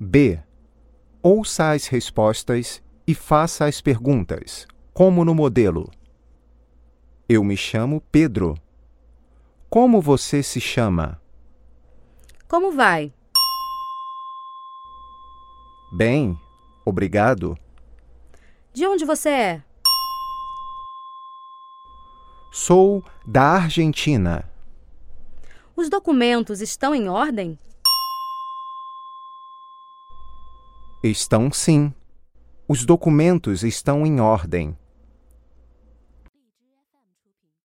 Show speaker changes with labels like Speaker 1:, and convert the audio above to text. Speaker 1: B. Ouça as respostas e faça as perguntas, como no modelo. Eu me chamo Pedro. Como você se chama?
Speaker 2: Como vai?
Speaker 1: Bem, obrigado.
Speaker 2: De onde você é?
Speaker 1: Sou da Argentina.
Speaker 2: Os documentos estão em ordem?
Speaker 1: Estão sim. Os documentos estão em ordem.